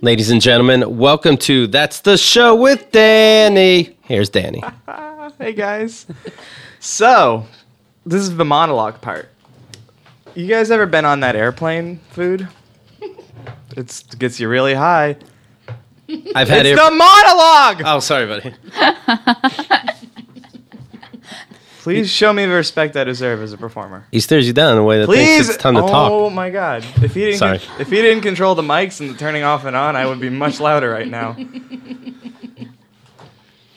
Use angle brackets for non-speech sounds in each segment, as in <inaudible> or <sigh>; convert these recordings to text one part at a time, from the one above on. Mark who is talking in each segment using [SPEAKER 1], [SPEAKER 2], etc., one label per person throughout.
[SPEAKER 1] Ladies and gentlemen, welcome to That's the Show with Danny. Here's Danny.
[SPEAKER 2] Ah, Hey guys. <laughs> So, this is the monologue part. You guys ever been on that airplane food? It's, it gets you really high.
[SPEAKER 1] I've had
[SPEAKER 2] It's
[SPEAKER 1] air-
[SPEAKER 2] the monologue!
[SPEAKER 1] Oh, sorry, buddy.
[SPEAKER 2] Please show me the respect I deserve as a performer.
[SPEAKER 1] He stares you down in a way that
[SPEAKER 2] Please!
[SPEAKER 1] thinks it's time to
[SPEAKER 2] oh
[SPEAKER 1] talk.
[SPEAKER 2] my god. If he, didn't
[SPEAKER 1] Sorry.
[SPEAKER 2] if he didn't control the mics and the turning off and on, I would be much louder
[SPEAKER 1] <laughs>
[SPEAKER 2] right now.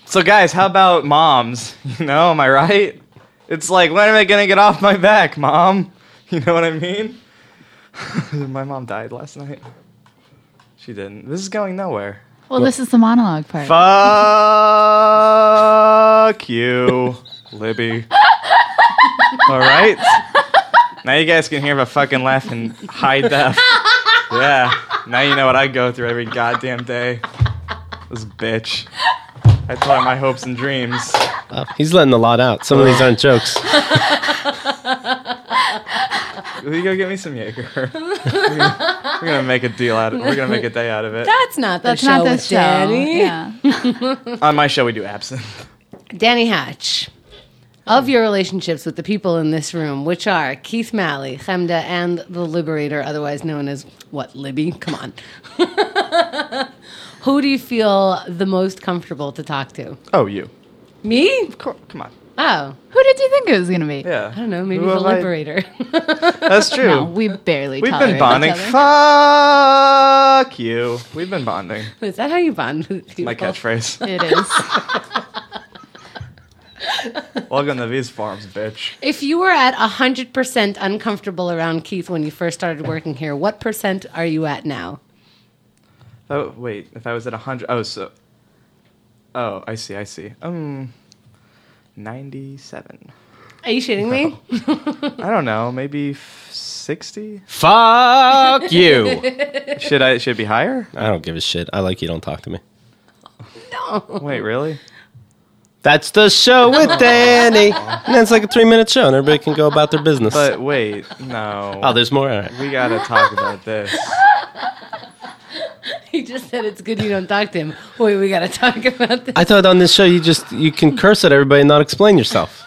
[SPEAKER 2] So, guys, how about moms? <laughs> You know, am I right? It's like, when am I going to get off my back, mom? <laughs> You know what I mean? <laughs> my mom died last night. She didn't. This is going nowhere.
[SPEAKER 3] Well, this is the monologue part.
[SPEAKER 2] Fuck you, Libby. All right. Now you guys can hear my fucking laugh in high def. Yeah. Now you know what I go through every goddamn day. This bitch. I taught her my hopes and dreams.
[SPEAKER 1] Oh, he's letting a lot out. Some of these aren't jokes.
[SPEAKER 2] Will you go get me some Jaeger? <laughs> We're gonna, we're gonna make a deal out of it. We're gonna make a day out of it.
[SPEAKER 4] That's not the
[SPEAKER 3] That's
[SPEAKER 4] show
[SPEAKER 3] not the
[SPEAKER 4] with
[SPEAKER 3] show.
[SPEAKER 4] Danny.
[SPEAKER 3] Yeah.
[SPEAKER 2] On my show, we do absinthe.
[SPEAKER 4] Danny Hatch. Of your relationships with the people in this room, which are Keith Malley, Chemda, and the Liberator, otherwise known as what, Libby? Come on. <laughs> Who do you feel the most comfortable to talk to?
[SPEAKER 2] Oh, you.
[SPEAKER 4] Me?
[SPEAKER 2] Co- Come on.
[SPEAKER 4] Oh,
[SPEAKER 3] Who did you think it was going to be?
[SPEAKER 2] Yeah.
[SPEAKER 4] I don't know, maybe
[SPEAKER 2] Who
[SPEAKER 4] the
[SPEAKER 2] have I-
[SPEAKER 4] Liberator. <laughs>
[SPEAKER 2] That's true.
[SPEAKER 3] No, we barely
[SPEAKER 2] We've
[SPEAKER 3] tolerate
[SPEAKER 2] been bonding.
[SPEAKER 3] Each other.
[SPEAKER 2] Fuck you. We've been
[SPEAKER 1] <laughs>
[SPEAKER 2] bonding.
[SPEAKER 4] Is that how you bond with people?
[SPEAKER 2] My catchphrase.
[SPEAKER 3] It is.
[SPEAKER 2] Welcome to these farms, bitch.
[SPEAKER 4] If you were at 100% uncomfortable around Keith when you first started working here, what percent are you at now?
[SPEAKER 2] Oh wait, if I was at hundred, oh so, oh I see, I see. Um, ninety-seven.
[SPEAKER 4] Are you shitting me?
[SPEAKER 2] I don't know, maybe sixty.
[SPEAKER 1] Fuck you.
[SPEAKER 2] Should I? Should it be higher?
[SPEAKER 1] I don't give a shit. I like you. Don't talk to me.
[SPEAKER 4] <laughs>
[SPEAKER 2] Wait, really?
[SPEAKER 1] That's the show with Danny. And it's like a three minute show, and everybody can go about their business.
[SPEAKER 2] But wait, no.
[SPEAKER 1] oh, there's more. All right.
[SPEAKER 2] we gotta talk about this.
[SPEAKER 4] <laughs> He just said it's good you don't talk to him. Wait, we gotta talk about this.
[SPEAKER 1] I thought on this show you just you can curse at everybody and not explain yourself.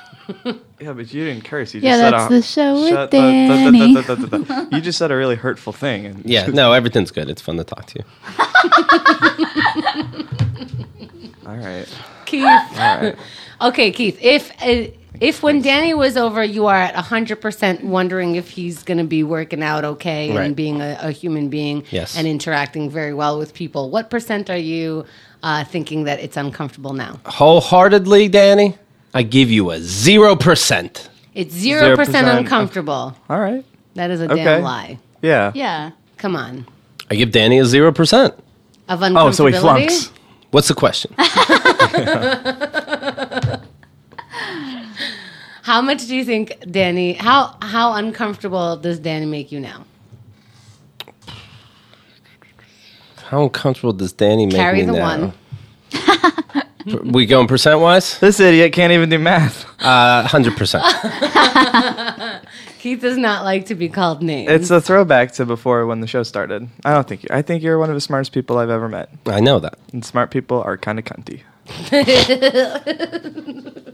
[SPEAKER 2] Yeah, but you didn't curse. You
[SPEAKER 3] Yeah,
[SPEAKER 2] just
[SPEAKER 3] that's
[SPEAKER 2] said a,
[SPEAKER 3] the show with
[SPEAKER 2] the- the-
[SPEAKER 3] Danny.
[SPEAKER 2] the- the- the- the- the- You just said a really hurtful thing.
[SPEAKER 1] <laughs>
[SPEAKER 2] And
[SPEAKER 1] Yeah, no, everything's good. It's fun to talk to you.
[SPEAKER 2] All right.
[SPEAKER 4] Keith.
[SPEAKER 2] All right.
[SPEAKER 4] Okay, Keith. If uh, if when Danny was over, you are at hundred percent wondering if he's gonna be working out okay
[SPEAKER 1] Right.
[SPEAKER 4] and being a, a human being
[SPEAKER 1] Yes.
[SPEAKER 4] and interacting very well with people, what percent are you uh, thinking that it's uncomfortable now?
[SPEAKER 1] Wholeheartedly, Danny, I give you a zero percent.
[SPEAKER 4] It's zero percent
[SPEAKER 2] 0%.
[SPEAKER 4] uncomfortable.
[SPEAKER 2] All right.
[SPEAKER 4] That is a
[SPEAKER 2] Okay.
[SPEAKER 4] damn lie.
[SPEAKER 2] Yeah.
[SPEAKER 3] Yeah.
[SPEAKER 4] Come on.
[SPEAKER 1] I give Danny a zero percent.
[SPEAKER 4] Of uncomfortability.
[SPEAKER 2] Oh, so he flunks.
[SPEAKER 1] What's the
[SPEAKER 4] <laughs>
[SPEAKER 1] question?
[SPEAKER 4] How much do you think Danny? How how uncomfortable does Danny make you now?
[SPEAKER 1] How uncomfortable does Danny make
[SPEAKER 4] Carry
[SPEAKER 1] me
[SPEAKER 4] the
[SPEAKER 1] now? one. <laughs> we going percent
[SPEAKER 4] <laughs>
[SPEAKER 1] wise?
[SPEAKER 2] This idiot can't even do math.
[SPEAKER 1] Hundred percent.
[SPEAKER 4] Keith does not like to be called names.
[SPEAKER 2] It's a throwback to before when the show started. I don't think you. I think you're one of the smartest people I've ever met.
[SPEAKER 1] I know that.
[SPEAKER 2] And smart people are kind of
[SPEAKER 4] <laughs>
[SPEAKER 2] cunty.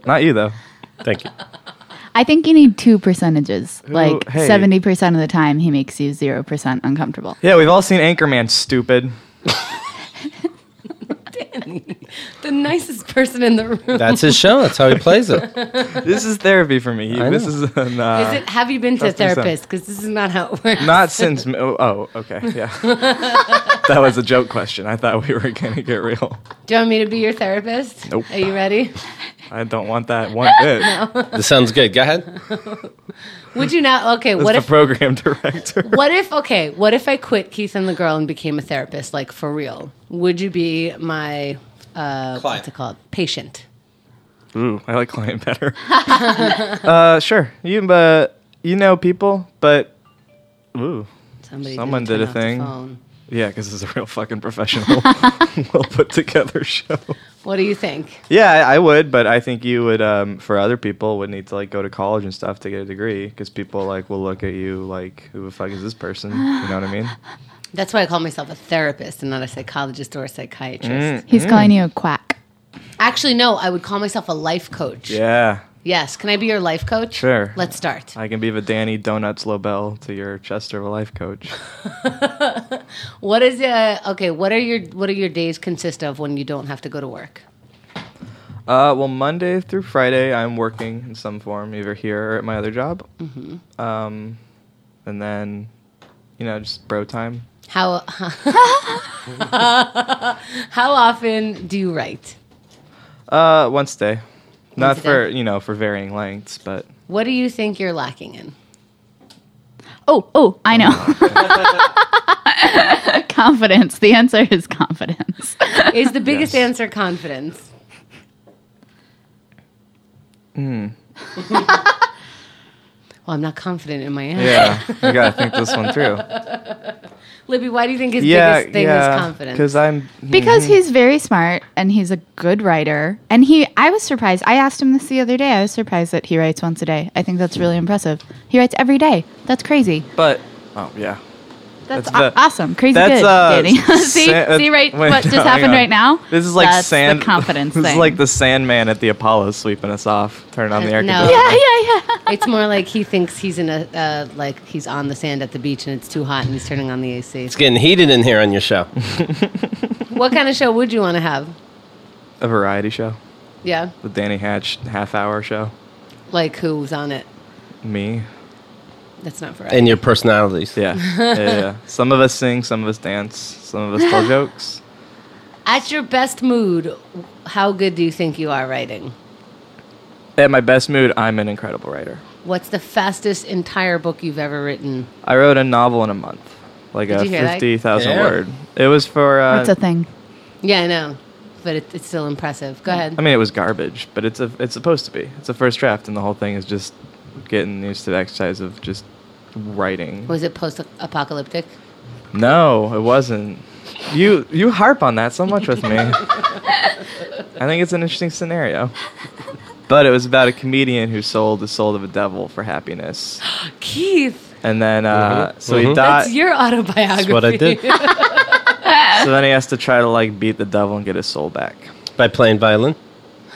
[SPEAKER 2] Not you though.
[SPEAKER 1] Thank you.
[SPEAKER 3] I think you need two percentages. like
[SPEAKER 2] hey.
[SPEAKER 3] 70% of the time, he makes you 0% uncomfortable.
[SPEAKER 2] Yeah, we've all seen Anchorman. Stupid.
[SPEAKER 4] the nicest person in the room.
[SPEAKER 1] That's his show. That's how he plays it.
[SPEAKER 2] <laughs> This is therapy for
[SPEAKER 4] <laughs>
[SPEAKER 2] me.
[SPEAKER 1] I
[SPEAKER 2] This
[SPEAKER 1] know.
[SPEAKER 2] is an, uh,
[SPEAKER 4] Is it, have you been to a
[SPEAKER 2] That's what he said.
[SPEAKER 4] therapist? Because this is not how it works.
[SPEAKER 2] not since. Oh, oh, okay.
[SPEAKER 4] <laughs>
[SPEAKER 2] Yeah. that was a joke question. I thought we were gonna get real.
[SPEAKER 4] Do you want me to be your therapist?
[SPEAKER 2] Nope.
[SPEAKER 4] Are you ready?
[SPEAKER 2] I don't want that one
[SPEAKER 4] <laughs>
[SPEAKER 2] bit.
[SPEAKER 1] This sounds good. Go ahead.
[SPEAKER 4] Would you not? Okay.
[SPEAKER 2] That's
[SPEAKER 4] What
[SPEAKER 2] the
[SPEAKER 4] if?
[SPEAKER 2] program director.
[SPEAKER 4] What if? Okay. What if I quit Keith and the girl and became a therapist, like for real? Would you be my uh,
[SPEAKER 1] Client.
[SPEAKER 4] what's it called? Patient.
[SPEAKER 2] Ooh, I like client better. <laughs> uh, sure. You but you know people, but ooh.
[SPEAKER 4] Somebody
[SPEAKER 2] Someone
[SPEAKER 4] didn't
[SPEAKER 2] did a
[SPEAKER 4] turn off the
[SPEAKER 2] thing.
[SPEAKER 4] phone.
[SPEAKER 2] Yeah, because it's a real fucking professional, <laughs> well put together show.
[SPEAKER 4] What do you think?
[SPEAKER 2] Yeah, I, I would, but I think you would, um, for other people, would need to like go to college and stuff to get a degree because people like will look at you like, who the fuck is this person? You know what I mean?
[SPEAKER 4] That's why I call myself a therapist and not a psychologist or a
[SPEAKER 2] Hmm.
[SPEAKER 4] psychiatrist.
[SPEAKER 3] He's calling you a quack.
[SPEAKER 4] Actually, no, I would call myself a life coach.
[SPEAKER 2] Mm. Yeah.
[SPEAKER 4] Yes. Can I be your life coach?
[SPEAKER 2] Sure.
[SPEAKER 4] Let's start.
[SPEAKER 2] I can be the Danny Donuts Lobel to your Chester of a life coach.
[SPEAKER 4] What is uh okay? What are your what are your days consist of when you don't have to go to work?
[SPEAKER 2] Uh, well, Monday through Friday, I'm working in some form, either here or at my other job. Mm-hmm. Um, and then, you know, just bro time.
[SPEAKER 4] How <laughs> how often do you write?
[SPEAKER 2] Uh, once a day. Not
[SPEAKER 4] Once a
[SPEAKER 2] for,
[SPEAKER 4] day.
[SPEAKER 2] you know, for varying lengths,
[SPEAKER 3] <laughs>
[SPEAKER 2] but
[SPEAKER 4] What do you think you're lacking in?
[SPEAKER 3] Oh, oh, I
[SPEAKER 2] <laughs>
[SPEAKER 3] know. <laughs> confidence. The answer is confidence.
[SPEAKER 4] Is the biggest
[SPEAKER 2] Yes.
[SPEAKER 4] answer confidence?
[SPEAKER 2] Hmm.
[SPEAKER 4] <laughs> well, I'm not confident in my answer.
[SPEAKER 2] yeah, you gotta think this one through.
[SPEAKER 4] Libby, why do you think his
[SPEAKER 2] yeah,
[SPEAKER 4] biggest thing
[SPEAKER 2] yeah,
[SPEAKER 4] is confidence?
[SPEAKER 2] Because I'm.
[SPEAKER 3] because he's very smart and he's a good writer. And he, I was surprised. I asked him this the other day. I was surprised that he writes once a day. I think that's really impressive. He writes every day. That's crazy.
[SPEAKER 2] But oh yeah,
[SPEAKER 3] That's,
[SPEAKER 2] That's the-
[SPEAKER 3] a- awesome. Crazy
[SPEAKER 2] that's
[SPEAKER 3] good,
[SPEAKER 2] uh,
[SPEAKER 3] Danny. <laughs>
[SPEAKER 2] sa-
[SPEAKER 3] see,
[SPEAKER 2] uh,
[SPEAKER 3] see, right?
[SPEAKER 2] wait,
[SPEAKER 3] what <laughs> just
[SPEAKER 2] no, <laughs> hang
[SPEAKER 3] happened
[SPEAKER 2] on.
[SPEAKER 3] right now?
[SPEAKER 2] This is like
[SPEAKER 3] That's
[SPEAKER 2] sand.
[SPEAKER 3] <laughs> The
[SPEAKER 2] <laughs>
[SPEAKER 3] confidence
[SPEAKER 2] This is
[SPEAKER 3] thing. Uh,
[SPEAKER 2] like the Sandman at the Apollo sweeping us off, turning on the air
[SPEAKER 4] No. <laughs>
[SPEAKER 2] conditioner.
[SPEAKER 3] yeah, yeah, yeah.
[SPEAKER 4] it's more like he thinks he's in a uh, like he's on the sand at the beach and it's too hot and he's turning on the AC.
[SPEAKER 1] It's getting heated in here on your show.
[SPEAKER 4] What kind of show would you want to have?
[SPEAKER 2] A variety show,
[SPEAKER 4] Yeah,
[SPEAKER 2] the Danny Hatch half-hour show.
[SPEAKER 4] like who's on it?
[SPEAKER 2] Me.
[SPEAKER 4] That's not for us.
[SPEAKER 1] And your personalities.
[SPEAKER 2] Yeah. <laughs> yeah, yeah, yeah. Some of us sing, some of us dance, some of us
[SPEAKER 4] <laughs>
[SPEAKER 2] tell jokes.
[SPEAKER 4] At your best mood, how good do you think you are writing?
[SPEAKER 2] At my best mood, I'm an incredible writer.
[SPEAKER 4] What's the fastest entire book you've ever written?
[SPEAKER 2] I wrote a novel in a month, like
[SPEAKER 4] Did
[SPEAKER 2] a
[SPEAKER 4] you hear that?
[SPEAKER 2] fifty thousand
[SPEAKER 1] Yeah.
[SPEAKER 2] word. It was for. Uh,
[SPEAKER 3] That's a thing.
[SPEAKER 4] Yeah, I know, but it, it's still impressive. Go ahead.
[SPEAKER 2] I mean, it was garbage, but it's a, it's supposed to be. It's a first draft, and the whole thing is just getting used to the exercise of just writing.
[SPEAKER 4] Was it post-apocalyptic?
[SPEAKER 2] No, it wasn't. You you harp on that so much with me. I think it's an interesting scenario. But it was about a comedian who sold the soul of a devil for happiness,
[SPEAKER 4] Keith,
[SPEAKER 2] and then
[SPEAKER 1] Mhm.
[SPEAKER 2] uh, so he
[SPEAKER 1] Mhm.
[SPEAKER 4] that's
[SPEAKER 2] died.
[SPEAKER 4] your autobiography.
[SPEAKER 1] That's what I
[SPEAKER 2] <laughs>
[SPEAKER 1] did
[SPEAKER 2] So then he has to try to like beat the devil and get his soul back.
[SPEAKER 1] by playing violin.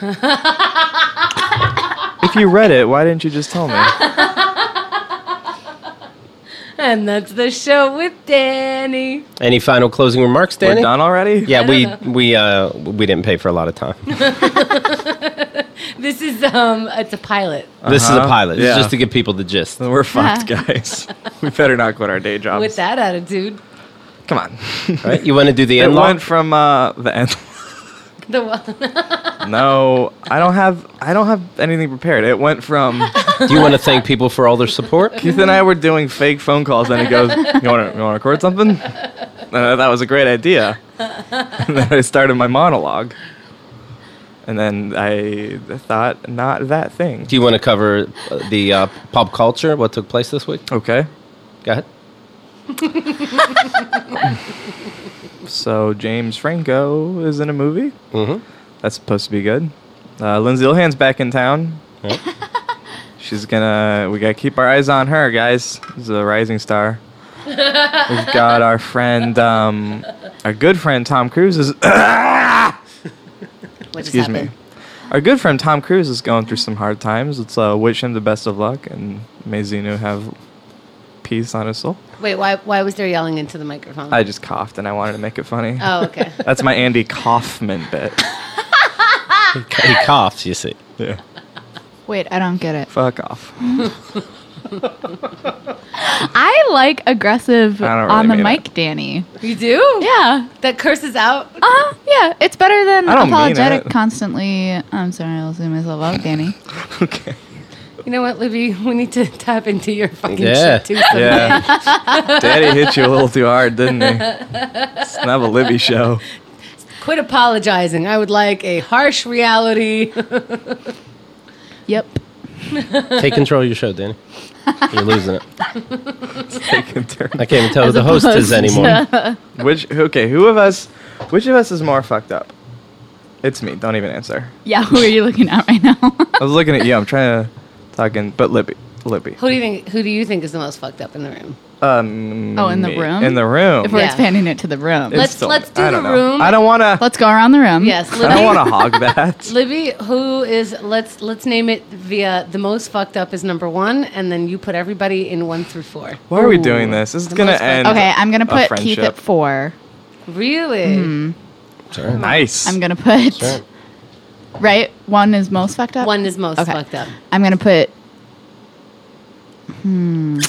[SPEAKER 2] If you read it, why didn't you just tell me?
[SPEAKER 4] And that's the show with Danny.
[SPEAKER 1] Any final closing remarks,
[SPEAKER 2] We're
[SPEAKER 1] Danny?
[SPEAKER 2] done already?
[SPEAKER 1] Yeah, we we uh we didn't pay for a lot of
[SPEAKER 2] <laughs>
[SPEAKER 1] time.
[SPEAKER 4] This is um, it's a pilot
[SPEAKER 1] This is a
[SPEAKER 2] Uh-huh.
[SPEAKER 1] pilot. It's
[SPEAKER 2] Yeah.
[SPEAKER 1] just to give people the gist.
[SPEAKER 2] Then <laughs> We're fucked, guys. we better not quit our day jobs.
[SPEAKER 4] with that attitude.
[SPEAKER 2] Come on.
[SPEAKER 1] Right? You want to do the
[SPEAKER 2] <laughs> It
[SPEAKER 1] end law?
[SPEAKER 2] went from uh, the end. <laughs>
[SPEAKER 4] The <laughs> one.
[SPEAKER 2] no, I don't have. I don't have anything prepared. It went from
[SPEAKER 1] Do you
[SPEAKER 2] <laughs>
[SPEAKER 1] want to thank people for all their support?
[SPEAKER 2] Keith and I were doing fake phone calls, and he goes, "You want to you want to record something?" And I- that was a great idea. And then I started my monologue, and then I thought, "Not that thing."
[SPEAKER 1] Do you want to cover uh, the uh, pop culture? What took place this week?
[SPEAKER 2] Okay.
[SPEAKER 1] Go ahead.
[SPEAKER 2] So James Franco is in a movie.
[SPEAKER 1] Mm-hmm.
[SPEAKER 2] That's supposed to be good. Uh, Lindsay Lohan's back in town.
[SPEAKER 1] Yep.
[SPEAKER 2] <laughs> She's gonna. We gotta keep our eyes on her, guys. She's a rising star. We've got our friend, um, our good friend Tom Cruise is.
[SPEAKER 4] What just
[SPEAKER 2] excuse me.
[SPEAKER 4] happened?
[SPEAKER 2] Our good friend Tom Cruise is going through some hard times. Let's uh, wish him the best of luck and may Zeno have peace on his soul.
[SPEAKER 4] Wait, why why was there yelling into the microphone?
[SPEAKER 2] I just coughed and I wanted to make it funny.
[SPEAKER 4] oh, <laughs> okay.
[SPEAKER 2] That's my Andy Kaufman bit.
[SPEAKER 1] He coughs, you see.
[SPEAKER 2] Yeah.
[SPEAKER 3] Wait, I don't get it.
[SPEAKER 2] Fuck off.
[SPEAKER 3] I like aggressive
[SPEAKER 2] I don't really
[SPEAKER 3] on the
[SPEAKER 2] mean
[SPEAKER 3] mic, Danny.
[SPEAKER 4] You do?
[SPEAKER 3] Yeah.
[SPEAKER 4] That curses out.
[SPEAKER 3] Uh, yeah, it's better than
[SPEAKER 2] I don't mean
[SPEAKER 3] apologetic
[SPEAKER 2] it.
[SPEAKER 3] constantly. I'm sorry, I'll zoom myself out, Danny.
[SPEAKER 2] Okay.
[SPEAKER 4] You know what, Libby? <laughs> We need to tap into your fucking
[SPEAKER 1] Yeah.
[SPEAKER 4] shit too. someday.
[SPEAKER 2] Yeah. Daddy hit you a little too hard, didn't he? It's not a Libby show.
[SPEAKER 4] Quit apologizing. I would like a harsh reality. <laughs>
[SPEAKER 3] Yep.
[SPEAKER 1] Take control of your show, Danny. You're losing it.
[SPEAKER 2] Taking turns.
[SPEAKER 1] I can't even tell who the host is anymore.
[SPEAKER 2] Which okay, who of us which of us is more fucked up? It's me. Don't even answer.
[SPEAKER 3] <laughs> Yeah, who are you looking at right now?
[SPEAKER 2] I was looking at you. I'm trying to talk in but Libby. Libby.
[SPEAKER 4] who do you think? Who do you think is the most fucked up in the room?
[SPEAKER 2] Um,
[SPEAKER 3] Oh, in the room?
[SPEAKER 2] In the room.
[SPEAKER 3] If we're
[SPEAKER 4] Yeah.
[SPEAKER 3] expanding it to the room.
[SPEAKER 2] It's
[SPEAKER 4] Let's-
[SPEAKER 2] still-
[SPEAKER 4] let's do
[SPEAKER 2] I
[SPEAKER 4] the
[SPEAKER 2] don't know.
[SPEAKER 4] room.
[SPEAKER 2] I don't want to.
[SPEAKER 3] Let's go around the room.
[SPEAKER 4] Yes,
[SPEAKER 2] I don't
[SPEAKER 4] Libby.
[SPEAKER 2] want to hog
[SPEAKER 3] <laughs>
[SPEAKER 2] that.
[SPEAKER 4] Libby, who is let's let's name it via the most fucked up is number one, and then you put everybody in one through four.
[SPEAKER 2] Why are we doing this? This is gonna
[SPEAKER 4] most-
[SPEAKER 2] end.
[SPEAKER 3] Okay, I'm gonna
[SPEAKER 2] a
[SPEAKER 3] put Keith
[SPEAKER 2] friendship.
[SPEAKER 3] at four.
[SPEAKER 4] Really?
[SPEAKER 1] Sorry.
[SPEAKER 2] Nice.
[SPEAKER 3] I'm gonna put right. One is most fucked up.
[SPEAKER 4] One is most
[SPEAKER 3] Okay.
[SPEAKER 4] fucked up.
[SPEAKER 3] I'm gonna put. Hmm.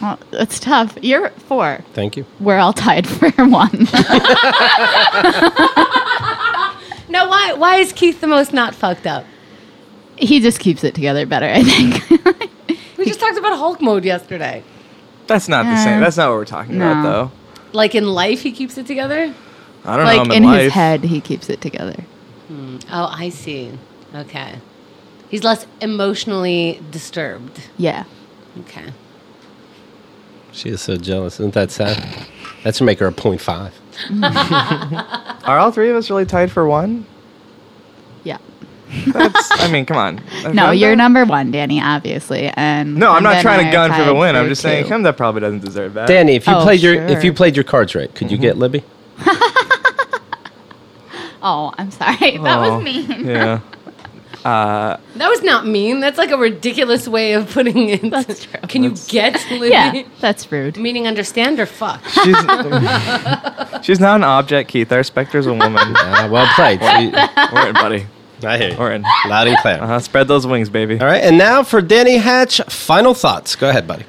[SPEAKER 3] Well, it's tough. You're at four.
[SPEAKER 1] Thank you.
[SPEAKER 3] We're all tied <laughs> for one.
[SPEAKER 4] No, why why is Keith the most not fucked up?
[SPEAKER 3] he just keeps it together better,
[SPEAKER 2] <laughs>
[SPEAKER 3] I think.
[SPEAKER 4] We just talked about Hulk mode yesterday.
[SPEAKER 2] That's not the same.
[SPEAKER 3] Uh,
[SPEAKER 2] That's not what we're talking about,
[SPEAKER 3] no.
[SPEAKER 2] though.
[SPEAKER 4] Like in life, he keeps it together.
[SPEAKER 2] I don't know.
[SPEAKER 3] like
[SPEAKER 2] I'm
[SPEAKER 3] in
[SPEAKER 2] life.
[SPEAKER 3] his head, he keeps it together.
[SPEAKER 4] Oh, I see. Okay, he's less emotionally disturbed.
[SPEAKER 3] Yeah.
[SPEAKER 4] Okay.
[SPEAKER 1] She is so jealous. Isn't that sad? That should make her a point five.
[SPEAKER 2] Are all three of us really tied for one?
[SPEAKER 3] Yeah.
[SPEAKER 2] That's. I mean, come on.
[SPEAKER 3] <laughs> No,
[SPEAKER 2] Hemda?
[SPEAKER 3] you're number one, Danny, obviously, and
[SPEAKER 2] No, I'm
[SPEAKER 3] Hemda
[SPEAKER 2] not
[SPEAKER 3] and
[SPEAKER 2] trying
[SPEAKER 3] I
[SPEAKER 2] to
[SPEAKER 3] are
[SPEAKER 2] gun for the
[SPEAKER 3] tied
[SPEAKER 2] win. I'm
[SPEAKER 3] for
[SPEAKER 2] just saying,
[SPEAKER 3] two.
[SPEAKER 2] Hemda probably doesn't deserve that.
[SPEAKER 1] Danny, if you
[SPEAKER 3] Oh,
[SPEAKER 1] played your
[SPEAKER 3] sure.
[SPEAKER 1] if you played your cards right, could you get Libby?
[SPEAKER 3] Oh, I'm sorry. <laughs> That
[SPEAKER 2] Oh,
[SPEAKER 3] was
[SPEAKER 2] <laughs>
[SPEAKER 3] mean.
[SPEAKER 2] Yeah.
[SPEAKER 4] That was not mean. That's like a ridiculous way of putting it. <laughs> That's true. Can you get <laughs> Libby?
[SPEAKER 3] Yeah, that's rude.
[SPEAKER 4] Meaning understand or fuck?
[SPEAKER 2] She's, she's <laughs> not an object, Keith. I respect her as a
[SPEAKER 3] <laughs>
[SPEAKER 2] woman.
[SPEAKER 1] Ah, well played. See,
[SPEAKER 2] We're in, buddy.
[SPEAKER 1] I hear you.
[SPEAKER 2] We're in.
[SPEAKER 1] Loud and clear.
[SPEAKER 2] Uh-huh. Spread those wings, baby.
[SPEAKER 1] All right, and now for Danny Hatch, final thoughts. Go ahead, buddy.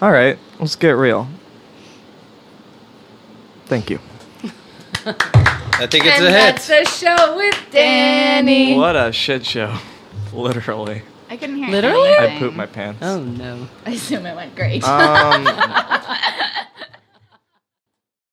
[SPEAKER 2] All right. Let's get real. Thank you.
[SPEAKER 1] I think it's
[SPEAKER 4] and
[SPEAKER 1] a
[SPEAKER 4] that's
[SPEAKER 1] hit.
[SPEAKER 4] the show with Danny.
[SPEAKER 3] Danny.
[SPEAKER 2] What a shit show. <laughs> Literally.
[SPEAKER 3] I couldn't hear
[SPEAKER 4] Literally?
[SPEAKER 2] I
[SPEAKER 3] <laughs> anything.
[SPEAKER 2] pooped my pants.
[SPEAKER 4] Oh no.
[SPEAKER 3] I assume it went great.
[SPEAKER 2] Um,